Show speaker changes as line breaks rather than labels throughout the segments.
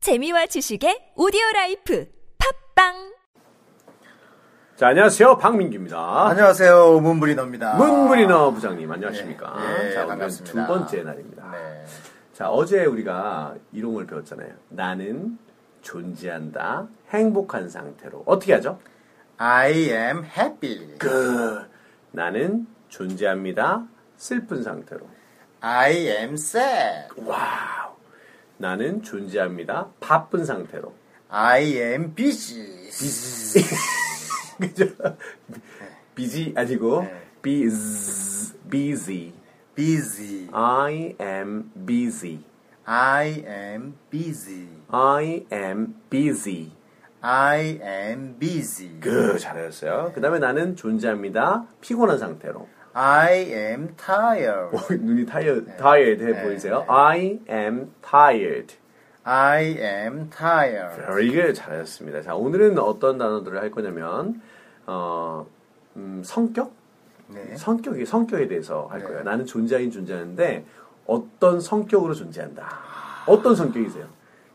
재미와 지식의 오디오 라이프 팝빵
자, 안녕하세요. 박민규입니다.
안녕하세요. 문브리너입니다.
아. 문브리너 부장님, 안녕하십니까.
예, 예,
자, 오늘은
반갑습니다.
두 번째 날입니다.
네.
자, 어제 우리가 이론을 배웠잖아요. 나는 존재한다. 행복한 상태로. 어떻게 하죠?
I am happy.
그, 나는 존재합니다. 슬픈 상태로.
I am sad.
와우. 나는 존재합니다. 바쁜 상태로.
I am busy.
그죠? 비지 아니고,
네.
비즈, 비지.
busy.
I am busy.
I am busy.
I am busy.
I am busy.
그 잘하셨어요. 그다음에 나는 존재합니다. 피곤한 상태로. 어,
I am tired.
눈이 타이어
네.
타이어드 해 보이세요? I am tired.
I am tired.
Very good. 잘하셨습니다. 자, 오늘은 어떤 단어들을 할 거냐면 어 음, 성격?
네.
성격이 성격에 대해서 할 거예요. 나는 존재하긴 존재하는데 어떤 성격으로 존재한다. 어떤 성격이세요?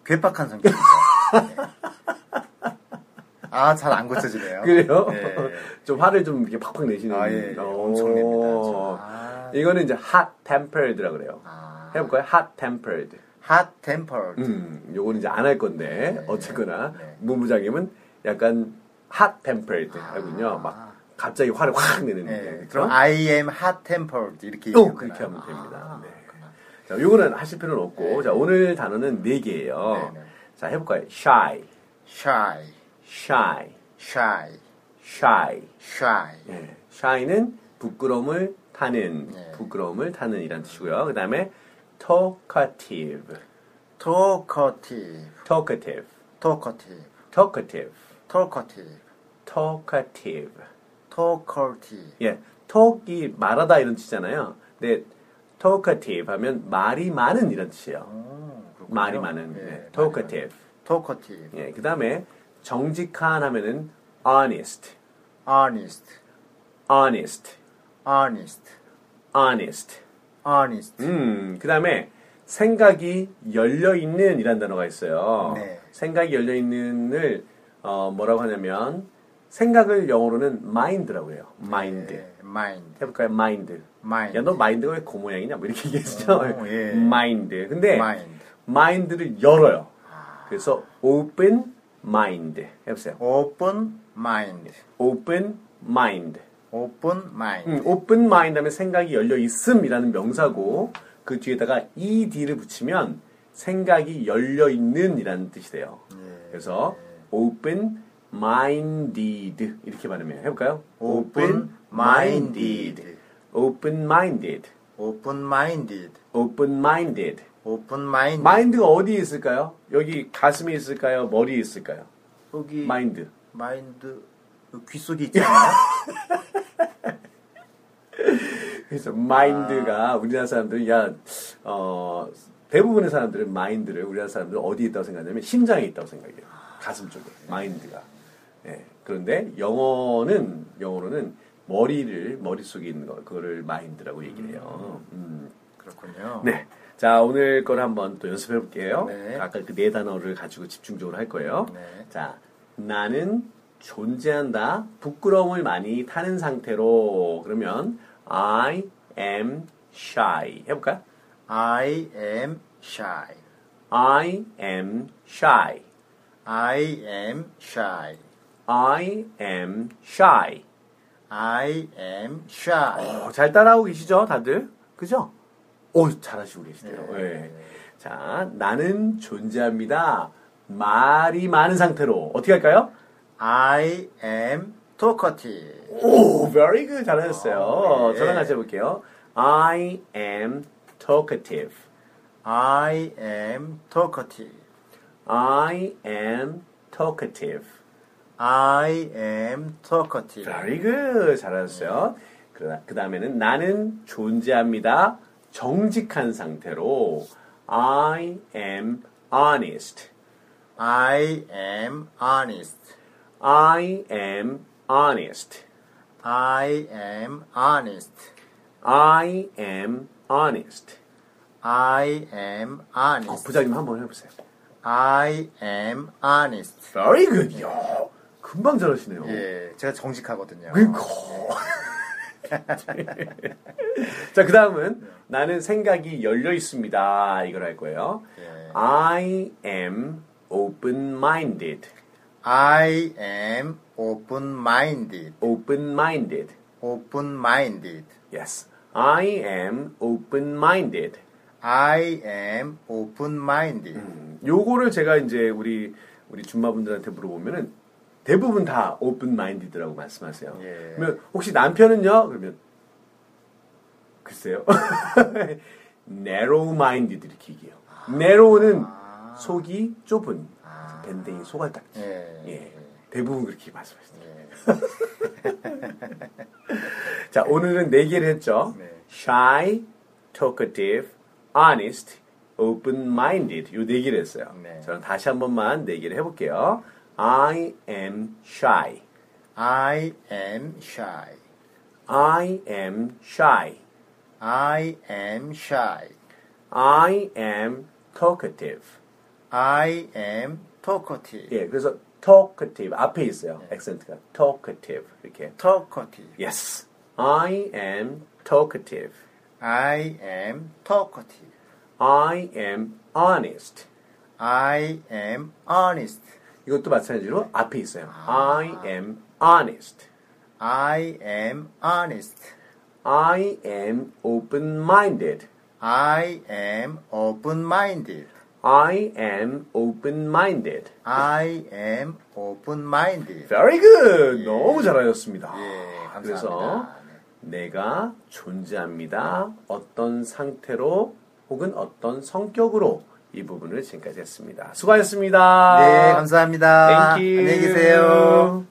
괴팍한 성격이죠. 네. 아, 잘 안 고쳐지네요.
그래요?
네.
좀 화를 좀 이렇게 팍팍 내시는
아, 예, 예.
오.
엄청냅니다, 저. 아.
이거는 이제 hot tempered라고 그래요.
아.
해볼까요? hot tempered.
hot tempered.
음, 요건 이제 안 할 건데 어쨌거나
네.
문부장님은 약간 hot tempered 하군요. 막 갑자기 화를 확 내는
아, 네.
게.
그럼 I am hot tempered 이렇게
그렇죠? 또
얘기하면
그렇게
되나요?
하면 됩니다. 네. 자, 요거는 하실 필요는 없고 자 오늘 단어는 네 개예요.
네, 네.
자 해볼까요? shy,
shy,
shy,
shy,
shy.
shy.
예, shy는 부끄러움을 타는,
네.
부끄러움을 타는 이란 뜻이고요. 그 다음에 talkative,
talkative,
talkative,
talkative,
talkative,
talkative,
talkative.
talkative.
예, talk이 말하다 이런 뜻이잖아요. 근데 talkative 하면 말이 많은 이런 뜻이에요. 말이 많은. 예, talkative.
talkative,
예, 그 다음에 정직한 하면은 honest,
honest,
honest,
honest,
honest.
honest.
음, 그 다음에 생각이 열려있는 이란 단어가 있어요.
네.
생각이 열려있는을 어, 뭐라고 하냐면 생각을 영어로는 mind라고 해요. mind.
예, mind,
해볼까요? mind.
mind.
야, 너 mind가 왜 그 모양이냐? 뭐 이렇게 얘기했죠.
오, 예.
mind. 근데
mind.
mind를 열어요.
아.
그래서 open mind. 해보세요.
어. open mind,
open mind.
open mind.
음, open mind 하면 생각이 열려 있음이라는 명사고 그 뒤에다가 ed를 붙이면 생각이 열려 있는이라는 뜻이 돼요.
예.
그래서 open minded 이렇게 발음해요. 해볼까요?
Open minded.
open minded,
open minded,
open minded.
open minded.
마인드가 어디에 있을까요? 여기 가슴에 있을까요? 머리에 있을까요?
여기
마인드.
마인드 귀 속에 있지 않나요?
그래서 마인드가 우리나라 사람들은 야, 어, 대부분의 사람들은 마인드를 우리나라 사람들은 어디에 있다고 생각하냐면 심장에 있다고 생각해요. 가슴 쪽에 마인드가. 예. 그런데 영어는 영어로는 머리를 머릿속에 있는 거 그거를 마인드라고 얘기를 해요. 음.
그렇군요.
네. 자, 오늘 걸 한번 또 연습해 볼게요.
네.
아까 그 네 단어를 가지고 집중적으로 할 거예요.
네.
자, 나는 존재한다. 부끄러움을 많이 타는 상태로 그러면 I am shy. 해볼까요?
I am shy.
I am shy.
I am shy.
I am shy.
I am shy.
어, 잘 따라오고 계시죠, 다들? 그죠? 오, 잘하시고 계시네요. 예. 자, 나는 존재합니다. 말이 많은 상태로 어떻게 할까요?
I am talkative.
오, very good. 잘하셨어요.
어, 네.
저랑 같이 해볼게요. I am talkative.
I am talkative.
I am talkative.
I am talkative.
Very good. 잘하셨어요. 그러나, 그 다음에는 나는 존재합니다. 정직한 상태로. I am honest.
I am honest.
I am honest.
I am honest.
I am honest.
I am honest.
어, 부장님 한번 해보세요.
I am honest.
Very good. 야, 금방 잘하시네요.
예, 제가 정직하거든요.
그니까. 자, 그 다음은 나는 생각이 열려 있습니다. 이걸 할 거예요.
예.
I am open-minded.
I am open-minded.
open-minded.
open-minded.
Yes. I am open-minded.
I am open-minded.
음. 요거를 제가 이제 우리 우리 준마분들한테 물어보면은 대부분 다 오픈 마인디드라고 말씀하세요.
예.
그러면 혹시 남편은요? 그러면 글쎄요. narrow minded 이렇게 얘기해요. narrow는 속이 좁은 밴댕이 소갈딱지.
아. 예.
예. 대부분 그렇게 말씀하시죠. 자, 오늘은 네 개를 했죠.
예. 네.
shy, talkative, honest, open-minded. 요 네 개를 했어요.
네.
저는 다시 한 번만 네 개를 해볼게요. I am shy.
I am shy.
I am shy.
I am shy.
I am talkative.
I am talkative.
예, 그래서 talkative 앞에 있어요. 액센트가 talkative 이렇게.
talkative.
Yes. I am talkative.
I am talkative.
I am honest.
I am honest.
이것도 마찬가지로 앞에 있어요. I am honest.
I am honest.
I am open-minded.
I am open-minded.
I am open-minded.
I am open-minded.
Very good. 너무 잘하셨습니다.
예, 감사합니다. 네.
그래서 내가 존재합니다. 어떤 상태로 혹은 어떤 성격으로 이 부분을 지금까지 했습니다. 수고하셨습니다.
네, 감사합니다.
Thank you.
안녕히 계세요.